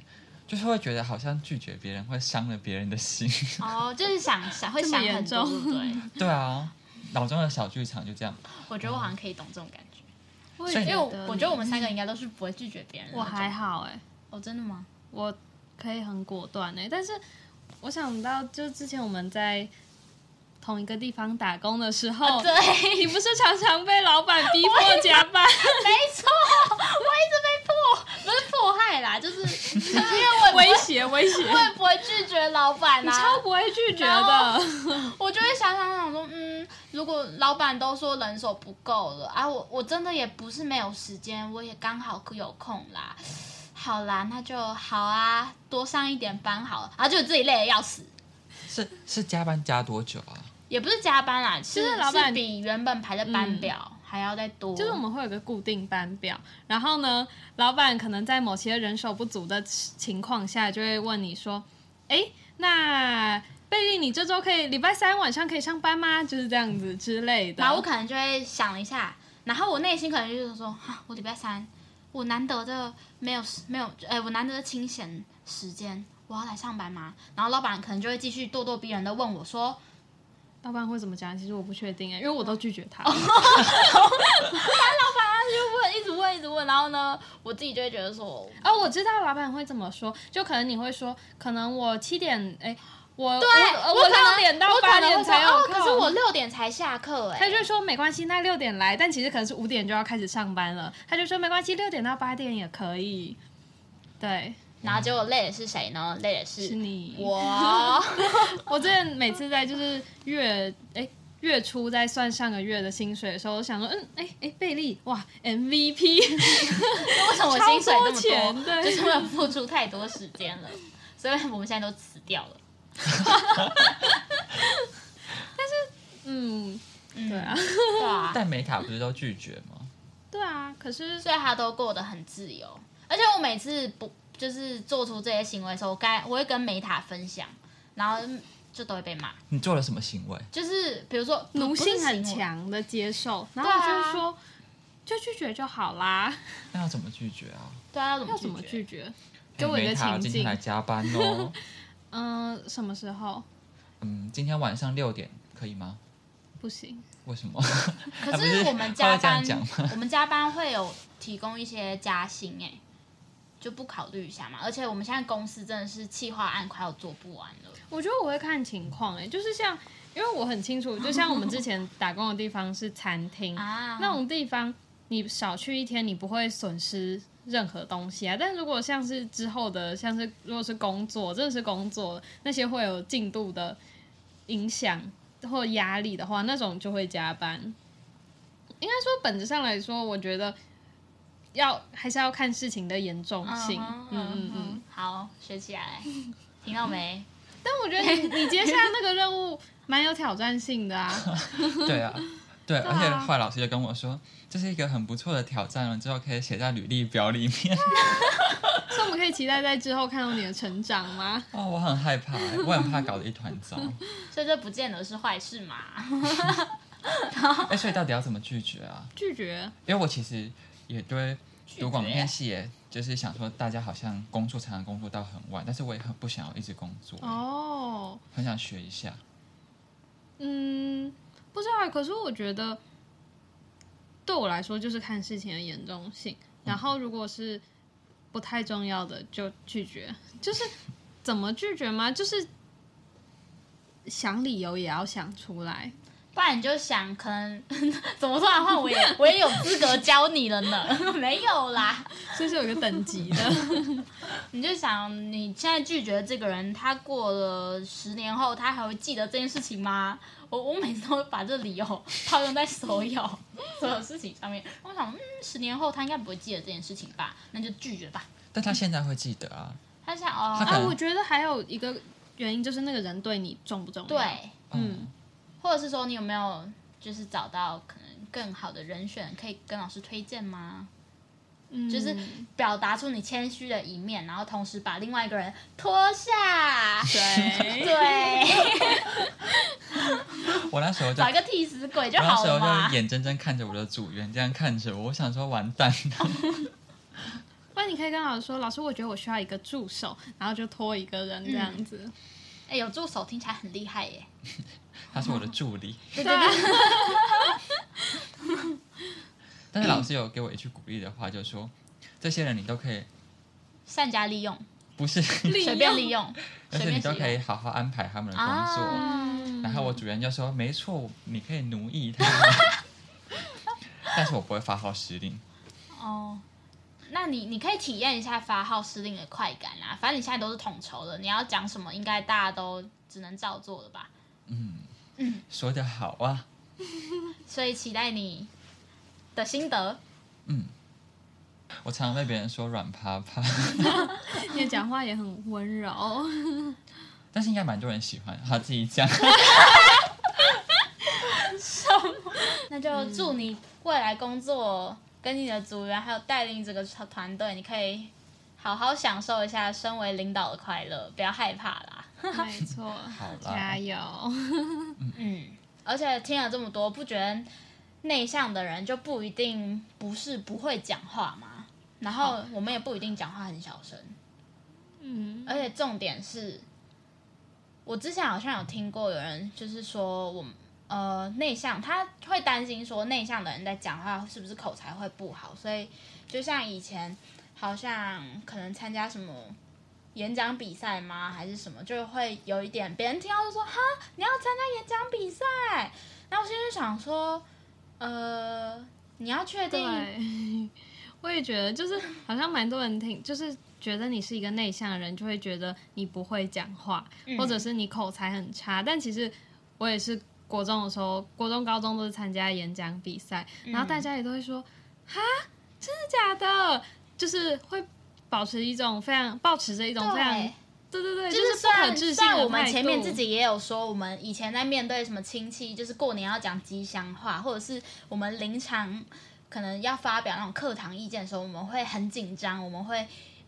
Speaker 1: 就是会觉得好像拒绝别人会伤了别人的心。
Speaker 4: 哦，就是想想
Speaker 3: *laughs*
Speaker 4: 会
Speaker 3: 这么
Speaker 4: 想很
Speaker 3: 严
Speaker 4: 多，对
Speaker 3: 重
Speaker 4: 不对？
Speaker 1: 对啊， *laughs* 脑中的小剧场就这样。
Speaker 4: 我觉得我好像可以懂这种感觉。
Speaker 3: 我
Speaker 1: 所
Speaker 3: 也
Speaker 1: 以
Speaker 4: 因为我
Speaker 3: 你
Speaker 4: 我觉得我们三个应该都是不会拒绝别人的那
Speaker 3: 我
Speaker 4: 种。
Speaker 3: 还好哎、
Speaker 4: 哦，真的吗？
Speaker 3: 我可以很果断哎、但是我想到就之前我们在同一个地方打工的时候，
Speaker 4: 哦，对，
Speaker 3: 你不是常常被老板逼迫加班？
Speaker 4: 没错，我一直被迫，不是迫
Speaker 3: *laughs*
Speaker 4: 害啦，就是就是因为我
Speaker 3: 威胁威胁，
Speaker 4: 我也不会拒绝老板
Speaker 3: 你
Speaker 4: 啊，
Speaker 3: 超不会拒绝
Speaker 4: 然
Speaker 3: 的。
Speaker 4: 我就会想想想说，嗯，如果老板都说人手不够了啊，我我真的也不是没有时间，我也刚好有空啦。好啦，那就好啊，多上一点班好了。啊，就自己累的要死，
Speaker 1: 是是加班加多久啊？
Speaker 4: 也不是加班啦，其
Speaker 3: 就是
Speaker 4: 实
Speaker 3: 老板嗯
Speaker 4: 比原本排的班表还要再多。
Speaker 3: 就是我们会有个固定班表，然后呢，老板可能在某些人手不足的情况下，就会问你说：“哎，那贝利，你这周可以礼拜三晚上可以上班吗？”就是这样子之类的。
Speaker 4: 然后我可能就会想一下，然后我内心可能就是说，哈，我礼拜三，我难得的没有没有，哎，我难得的清闲时间，我要来上班吗？然后老板可能就会继续咄咄逼人的问我说，
Speaker 3: 老板会怎么讲？其实我不确定哎，因为我都拒绝他。
Speaker 4: 哦就问一直问一直问，然后呢，我自己就会觉得说，
Speaker 3: *laughs* 哦，我知道老板会怎么说，就可能你会说，可能我七点，哎，我对我
Speaker 4: 可能
Speaker 3: 六点到
Speaker 4: 我可
Speaker 3: 八
Speaker 4: 能
Speaker 3: 点
Speaker 4: 会说
Speaker 3: 才有
Speaker 4: 哦
Speaker 3: 空，
Speaker 4: 可是我六点才下课哎、
Speaker 3: 他就说没关系，那六点来，但其实可能是五点就要开始上班了。他就说没关系，六点到八点也可以。对，
Speaker 4: 然后结果累的是谁呢？累的是
Speaker 3: 是你。
Speaker 4: 我，
Speaker 3: 我之前每次在就是月哎、月初在算上个月的薪水的时候，我想说，嗯，哎、哎、贝利，哇，MVP，
Speaker 4: 为什么我薪水这
Speaker 3: 超多钱
Speaker 4: 么多？
Speaker 3: 对
Speaker 4: 就是我付出太多时间了，所以我们现在都辞掉了。
Speaker 3: *laughs* 嗯，
Speaker 4: 嗯
Speaker 3: 对啊，
Speaker 4: 对啊，
Speaker 1: 但美卡不是都拒绝吗？
Speaker 3: 对啊。可是
Speaker 4: 所以他都过得很自由。而且我每次不就是做出这些行为的时候，我该我会跟梅塔分享，然后就都会被骂。
Speaker 1: 你做了什么行为？
Speaker 4: 就是比如说
Speaker 3: 奴性很，
Speaker 4: 不是行为
Speaker 3: 强的接受，然后我就
Speaker 4: 对啊
Speaker 3: 说。就拒绝就好啦，
Speaker 1: 那要怎么拒绝啊？哎
Speaker 4: 对啊，
Speaker 3: 要
Speaker 4: 要
Speaker 3: 怎
Speaker 4: 怎么
Speaker 3: 么
Speaker 4: 拒绝？
Speaker 3: 拒绝？给我一个
Speaker 1: 美卡
Speaker 3: 情
Speaker 1: 今天来
Speaker 3: 境。
Speaker 1: 加班哦。
Speaker 3: 嗯、什么时候
Speaker 1: 嗯，今天晚上六点可以吗？
Speaker 3: 不行？
Speaker 1: 为什么？ *laughs*
Speaker 4: 可是我们
Speaker 1: 他
Speaker 4: 加
Speaker 1: 会这样
Speaker 4: 班
Speaker 1: 讲吗，
Speaker 4: *laughs* 我们加班会有提供一些加薪哎、就不考虑一下嘛？而且我们现在公司真的是企划案快要做不完了，
Speaker 3: 我觉得我会看情况，哎，就是像，因为我很清楚，就像我们之前打工的地方是餐 *laughs* 厅，
Speaker 4: 啊
Speaker 3: 嗯那种地方你少去一天，你不会损失任何东西啊。但如果像是之后的，像是如果是工作，真的是工作，那些会有进度的影响或压力的话，那种就会加班。应该说本质上来说，我觉得要还是要看事情的严重性。嗯嗯嗯。
Speaker 4: 好，学起来，听到没？
Speaker 3: 但我觉得你 *laughs* 你接下来那个任务蛮有挑战性的啊，
Speaker 1: 对啊，
Speaker 3: *laughs*
Speaker 1: 对，而且
Speaker 3: 啊
Speaker 1: 后来老师就跟我说，这是一个很不错的挑战哦了，之后可以写在履历表里面。 *laughs*
Speaker 3: 所以我们可以期待在之后看到你的成长吗？
Speaker 1: 哦，我很害怕欸、我很怕搞得一团糟。
Speaker 4: 所以这不见得是坏事嘛。
Speaker 1: 哎、所以到底要怎么拒绝啊？
Speaker 3: 拒绝
Speaker 1: 因为我其实也对读广
Speaker 4: 拒绝
Speaker 1: 电系，也就是想说，大家好像工作常常工作到很晚，但是我也很不想要一直工作，
Speaker 3: 哦，
Speaker 1: 很想学一下。
Speaker 3: 嗯，不知道欸，可是我觉得对我来说就是看事情的严重性，然后如果是不太重要的就拒绝，就是怎么拒绝吗？就是想理由也要想出来，
Speaker 4: 不然你就想，可能 *laughs* 怎么突然换我也我也有资格教你了呢？ *laughs* 没有啦，
Speaker 3: 这是有一个等级的。 *laughs*
Speaker 4: 你就想你现在拒绝这个人，他过了十年后，他还会记得这件事情吗？我我每次都会把这理由套用在所有所有事情上面。我想，嗯，十年后他应该不会记得这件事情吧？那就拒绝吧。
Speaker 1: 但他现在会记得啊，
Speaker 4: 他想哦
Speaker 1: 他，可
Speaker 3: 啊，
Speaker 1: 能
Speaker 3: 我觉得还有一个原因就是那个人对你重不重要。
Speaker 4: 对，
Speaker 3: 嗯，
Speaker 4: 或者是说你有没有就是找到可能更好的人选，可以跟老师推荐吗？
Speaker 3: 嗯，
Speaker 4: 就是表达出你谦虚的一面，然后同时把另外一个人拖下。
Speaker 1: *laughs*
Speaker 3: 对，
Speaker 4: 对，
Speaker 1: 我那时候就
Speaker 4: 找一个替死鬼就
Speaker 1: 我那
Speaker 4: 好
Speaker 1: 时候
Speaker 4: 了嘛
Speaker 1: 就。眼睁睁看着我的组员这样看着我，我想说完蛋了，
Speaker 3: *laughs*
Speaker 1: *laughs*
Speaker 3: 不然你可以跟老师说，老师，我觉得我需要一个助手，然后就拖一个人这样子。
Speaker 4: 哎、有助手听起来很厉害耶。
Speaker 1: 他是我的助理。
Speaker 4: 对对对，
Speaker 1: 但是老师有给我一句鼓励的话，就说这些人你都可以
Speaker 4: 善加利用。
Speaker 1: 不
Speaker 4: *laughs*
Speaker 1: 是， *laughs*
Speaker 4: 随便利用，
Speaker 1: 而且
Speaker 4: 随
Speaker 1: 你
Speaker 4: 便使
Speaker 1: 都
Speaker 4: 用
Speaker 1: 可以好好安排他们的工作。
Speaker 4: 啊，
Speaker 1: 然后我主人就说：“没错，你可以奴役
Speaker 4: *laughs*
Speaker 1: 他。”但是我不会发号施令。
Speaker 4: 哦，那你你可以体验一下发号施令的快感啦。反正你现在都是统筹的，你要讲什么，应该大家都只能照做了吧。
Speaker 1: 嗯，说得好啊。
Speaker 4: 所以期待你的心得。
Speaker 1: 嗯，我常常被别人说软趴趴， *laughs*
Speaker 3: 你的讲话也很温柔，
Speaker 1: 但是应该蛮多人喜欢。好，自己讲。 *laughs*
Speaker 4: 那就祝你未来工作跟你的组员还有带领整个团队，你可以好好享受一下身为领导的快乐，不要害怕啦。
Speaker 3: 没错，
Speaker 1: 好啦
Speaker 3: 加油。
Speaker 4: 嗯， *laughs* 而且听了这么多，不觉得内向的人就不一定不是不会讲话吗？然后我们也不一定讲话很小声，
Speaker 3: 嗯
Speaker 4: 而且重点是，我之前好像有听过有人就是说我们呃内向，他会担心说内向的人在讲话是不是口才会不好，所以就像以前好像可能参加什么。演讲比赛吗？还是什么？就会有一点，别人听到就说：“哈，你要参加演讲比赛。”然后我心里就想说：“呃，你要确定
Speaker 3: 对， *laughs* 我也觉得，就是好像蛮多人听，就是觉得你是一个内向的人，就会觉得你不会讲话，
Speaker 4: 嗯
Speaker 3: 或者是你口才很差。但其实我也是国中的时候，国中、高中都是参加演讲比赛，
Speaker 4: 嗯
Speaker 3: 然后大家也都会说：“哈，真的假的？”就是会保持一种非常，保持着一种非常，
Speaker 4: 对
Speaker 3: 对对对，就
Speaker 4: 就是
Speaker 3: 不
Speaker 4: 虽
Speaker 3: 可
Speaker 4: 然
Speaker 3: 置
Speaker 4: 虽
Speaker 3: 信
Speaker 4: 然
Speaker 3: 的
Speaker 4: 我们前面
Speaker 3: 态
Speaker 4: 自
Speaker 3: 度
Speaker 4: 己也有说，我们以前在面对什么亲戚，就是过年要讲吉祥话，或者是我们临场可能要发表那种课堂意见的时候，我们会很紧张，我们会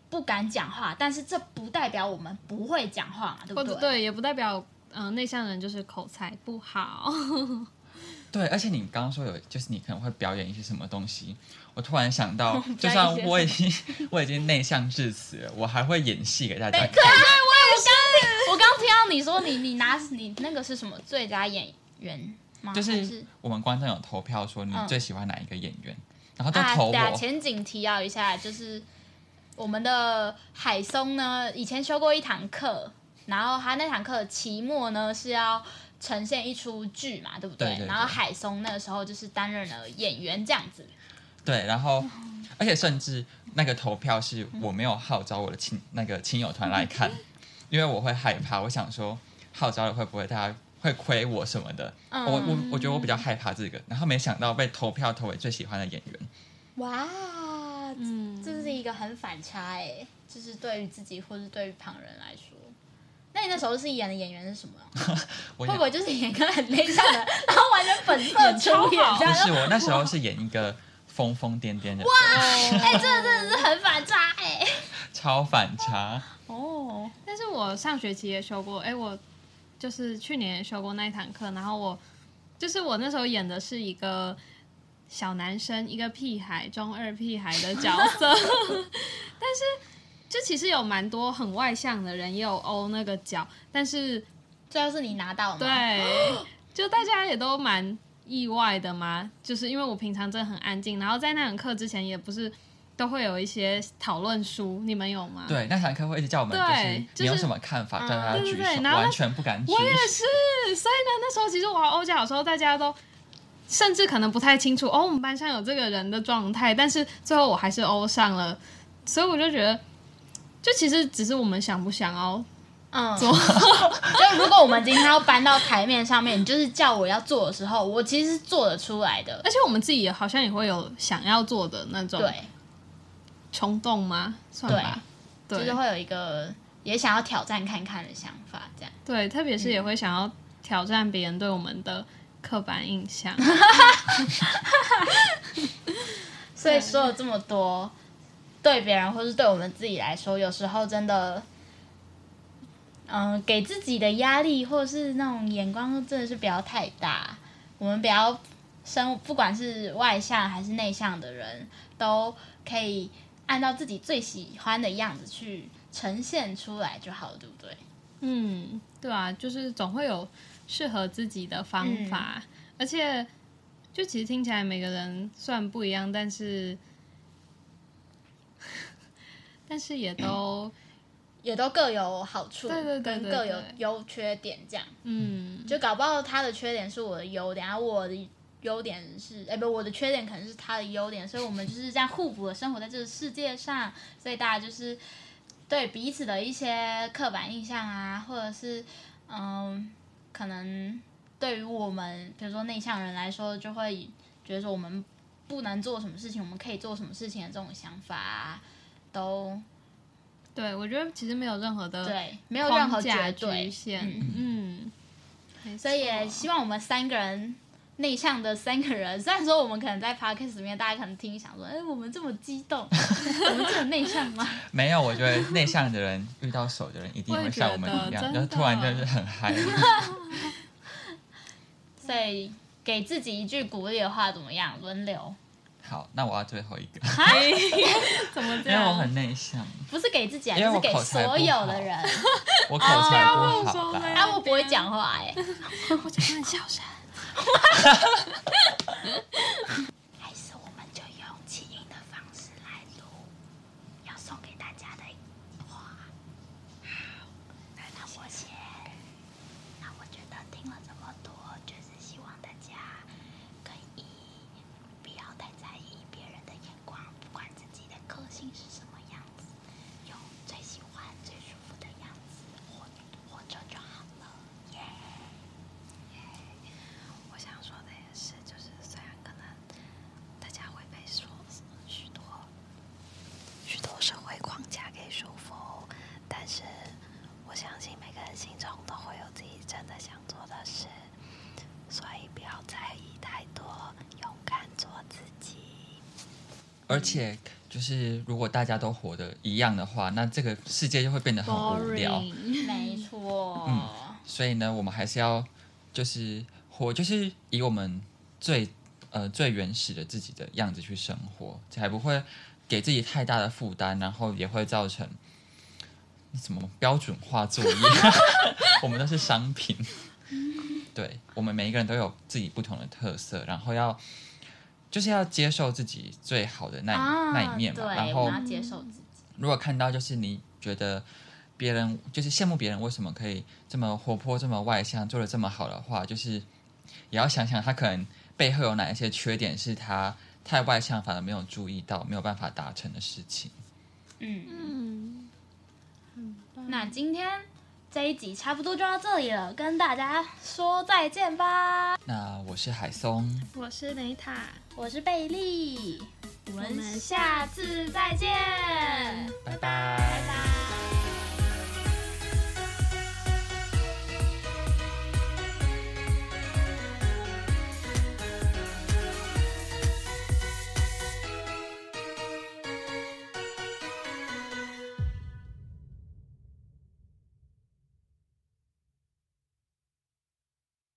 Speaker 4: 不敢讲话，但是这不代表我们不会讲话哦嘛，对不，
Speaker 3: 或者对，也不代表嗯、呃内向人就是口才不好。
Speaker 1: 对，而且你刚刚说有，就是你可能会表演一些什么东西，我突然想到就
Speaker 4: 表
Speaker 1: 算
Speaker 4: 演一些
Speaker 1: 我已经我已经内向至此了，我还会演戏给大家看。
Speaker 4: 我刚听到你说你你拿你那个是什么最佳演员吗？
Speaker 1: 就
Speaker 4: 还
Speaker 1: 是
Speaker 4: 是
Speaker 1: 我们观众有投票说你
Speaker 4: 嗯
Speaker 1: 最喜欢哪一个演员，然后都
Speaker 4: 啊，
Speaker 1: 投
Speaker 4: 对
Speaker 1: 我。
Speaker 4: 啊，前景提要一下，就是我们的海松呢，以前修过一堂课，然后他那堂课的期末呢是要呈现一出剧嘛，对不对？
Speaker 1: 对对对
Speaker 4: 然后海松那个时候就是担任了演员这样子，
Speaker 1: 对，然后而且甚至那个投票是我没有号召我的亲那个亲友团来看，因为我会害怕，我想说号召了会不会大家会亏我什么的。
Speaker 4: 嗯
Speaker 1: 哦我我我觉得我比较害怕这个，然后没想到被投票投为最喜欢的演员。
Speaker 4: 哇，
Speaker 3: *laughs* 嗯，
Speaker 4: 这是一个很反差哎、就是对于自己或是对于旁人来说。那你那时候是演的演员是什么啊？
Speaker 1: 哎我
Speaker 4: 会
Speaker 1: 演
Speaker 4: 不会就是演一个很内向的，然后完全本
Speaker 1: *laughs*
Speaker 4: 色出演这
Speaker 1: 不
Speaker 4: 样？
Speaker 1: 是我那时候是演一个疯疯癫癫的人，
Speaker 4: 哎、这个真的是很反差哎、
Speaker 1: 超反差。
Speaker 4: 哦，
Speaker 3: 但是我上学期也修过，哎、我就是去年也修过那一堂课，然后我就是我那时候演的是一个小男生，一个屁孩，中二屁孩的角色，但 *laughs* 是就其实有蛮多很外向的人也有欧那个角，但是
Speaker 4: 最后是你拿到吗？，
Speaker 3: 对，就大家也都蛮意外的嘛，就是因为我平常真的很安静，然后在那堂课之前也不是都会有一些讨论书，你们有吗？
Speaker 1: 对，那堂课会一直叫我们，
Speaker 3: 对
Speaker 1: 就是你有
Speaker 3: 就是
Speaker 1: 什么看法，叫大家
Speaker 3: 对对
Speaker 1: 举手，
Speaker 3: 对然后
Speaker 1: 完
Speaker 3: 那
Speaker 1: 全不敢举
Speaker 3: 我也是，所以呢，那时候其实我和欧甲的时候，大家都甚至可能不太清楚哦，我们班上有这个人的状态，但是最后我还是欧上了，所以我就觉得，就其实只是我们想不想哦， *laughs*
Speaker 4: 嗯，
Speaker 3: 做
Speaker 4: 就如果我们今天要搬到台面上面，你就是叫我要做的时候，我其实是做得出来的。
Speaker 3: 而且我们自己也好像也会有想要做的那种
Speaker 4: 对，
Speaker 3: 冲动吗？算吧，
Speaker 4: 就
Speaker 3: 对
Speaker 4: 是会有一个也想要挑战看看的想法，这样。
Speaker 3: 对，特别
Speaker 4: 嗯
Speaker 3: 是也会想要挑战别人对我们的刻板印象。
Speaker 4: 所以说了这么多，对别人或是对我们自己来说，有时候真的。嗯，给自己的压力或是那种眼光真的是不要太大。我们不要生，不管是外向还是内向的人，都可以按照自己最喜欢的样子去呈现出来就好了，对不对？
Speaker 3: 嗯，对啊，就是总会有适合自己的方法，
Speaker 4: 嗯
Speaker 3: 而且就其实听起来每个人虽然不一样， *laughs* 但是但是也都
Speaker 4: 也都各有好处，
Speaker 3: 对对对
Speaker 4: 跟
Speaker 3: 对
Speaker 4: 各有
Speaker 3: 对
Speaker 4: 优缺点这样。
Speaker 3: 嗯，
Speaker 4: 就搞不好他的缺点是我的优点，然后我的优点是，哎、不，我的缺点可能是他的优点，所以我们就是这样互补的生活在这个世界上，所以大家就是对彼此的一些刻板印象啊，或者是嗯，可能对于我们比如说内向人来说，就会觉得说我们不能做什么事情，我们可以做什么事情的这种想法、啊，都
Speaker 3: 对，我觉得其实没有任何的
Speaker 4: 对，没有任何
Speaker 3: 框架
Speaker 4: 绝
Speaker 3: 局
Speaker 4: 对。
Speaker 3: 限，嗯，没
Speaker 4: 所以
Speaker 3: 错
Speaker 4: 也希望我们三个人内向的三个人，虽然说我们可能在 podcast 里面，大家可能听想说，哎、我们这么激动， *laughs* 我们这么内向吗？
Speaker 1: 没有，我觉得内向的人遇到熟的人一定会像我们一样，
Speaker 3: 我也觉得
Speaker 1: 就
Speaker 3: 真的
Speaker 1: 突然就是很嗨。
Speaker 4: 所以给自己一句鼓励的话，怎么样？轮流，
Speaker 1: 好，那我要最后一个，
Speaker 3: *laughs* 怎么这
Speaker 1: 因为我
Speaker 3: 样？
Speaker 1: 很内向，
Speaker 4: 不是给自己啊，
Speaker 1: 哎因为
Speaker 4: 就
Speaker 1: 我
Speaker 4: 是给所有的人。 *laughs*
Speaker 1: 我口才不
Speaker 3: 不要
Speaker 1: 好
Speaker 3: 露手
Speaker 1: 啦。
Speaker 3: 嘞
Speaker 4: 啊，我不会讲话哎、
Speaker 3: 我讲话很小声，
Speaker 4: 还是我们就用起音的方式来录，要送给大家的话。好，那我先。那我觉得听了这么多，就是希望大家可以不要太在意别人的眼光，不管自己的个性是什么样子，用最喜欢、最舒服的样子活活着就好了。耶、我想说的也是，就是虽然可能大家会被说许多许多社会框架给束缚，但是我相信每个人心中都会有自己真的想做的事，所以不要在意太多，勇敢做自己。
Speaker 1: 而且就是如果大家都活得一样的话，那这个世界就会变得很无聊。
Speaker 3: boring，
Speaker 4: 没错，
Speaker 1: 所以呢，我们还是要就是活，就是以我们最呃最原始的自己的样子去生活，才不会给自己太大的负担，然后也会造成什么标准化作业。我们都是商品，对我们每一个人都有自己不同的特色，然后要就是要接受自己最好的那一、那一面嘛，然
Speaker 4: 啊对，
Speaker 1: 后
Speaker 4: 我们要接受自己。
Speaker 1: 如果看到就是你觉得别人就是羡慕别人为什么可以这么活泼、这么外向、做的这么好的话，就是也要想想他可能背后有哪一些缺点是他太外向反而没有注意到、没有办法达成的事情。
Speaker 4: 嗯，
Speaker 3: 嗯，
Speaker 4: 那今天这一集差不多就到这里了，跟大家说再见吧。
Speaker 1: 那我是海松，
Speaker 3: 我是雷塔，
Speaker 4: 我是贝利，我
Speaker 3: 们
Speaker 4: 下次再见，
Speaker 1: 拜拜
Speaker 4: 拜拜。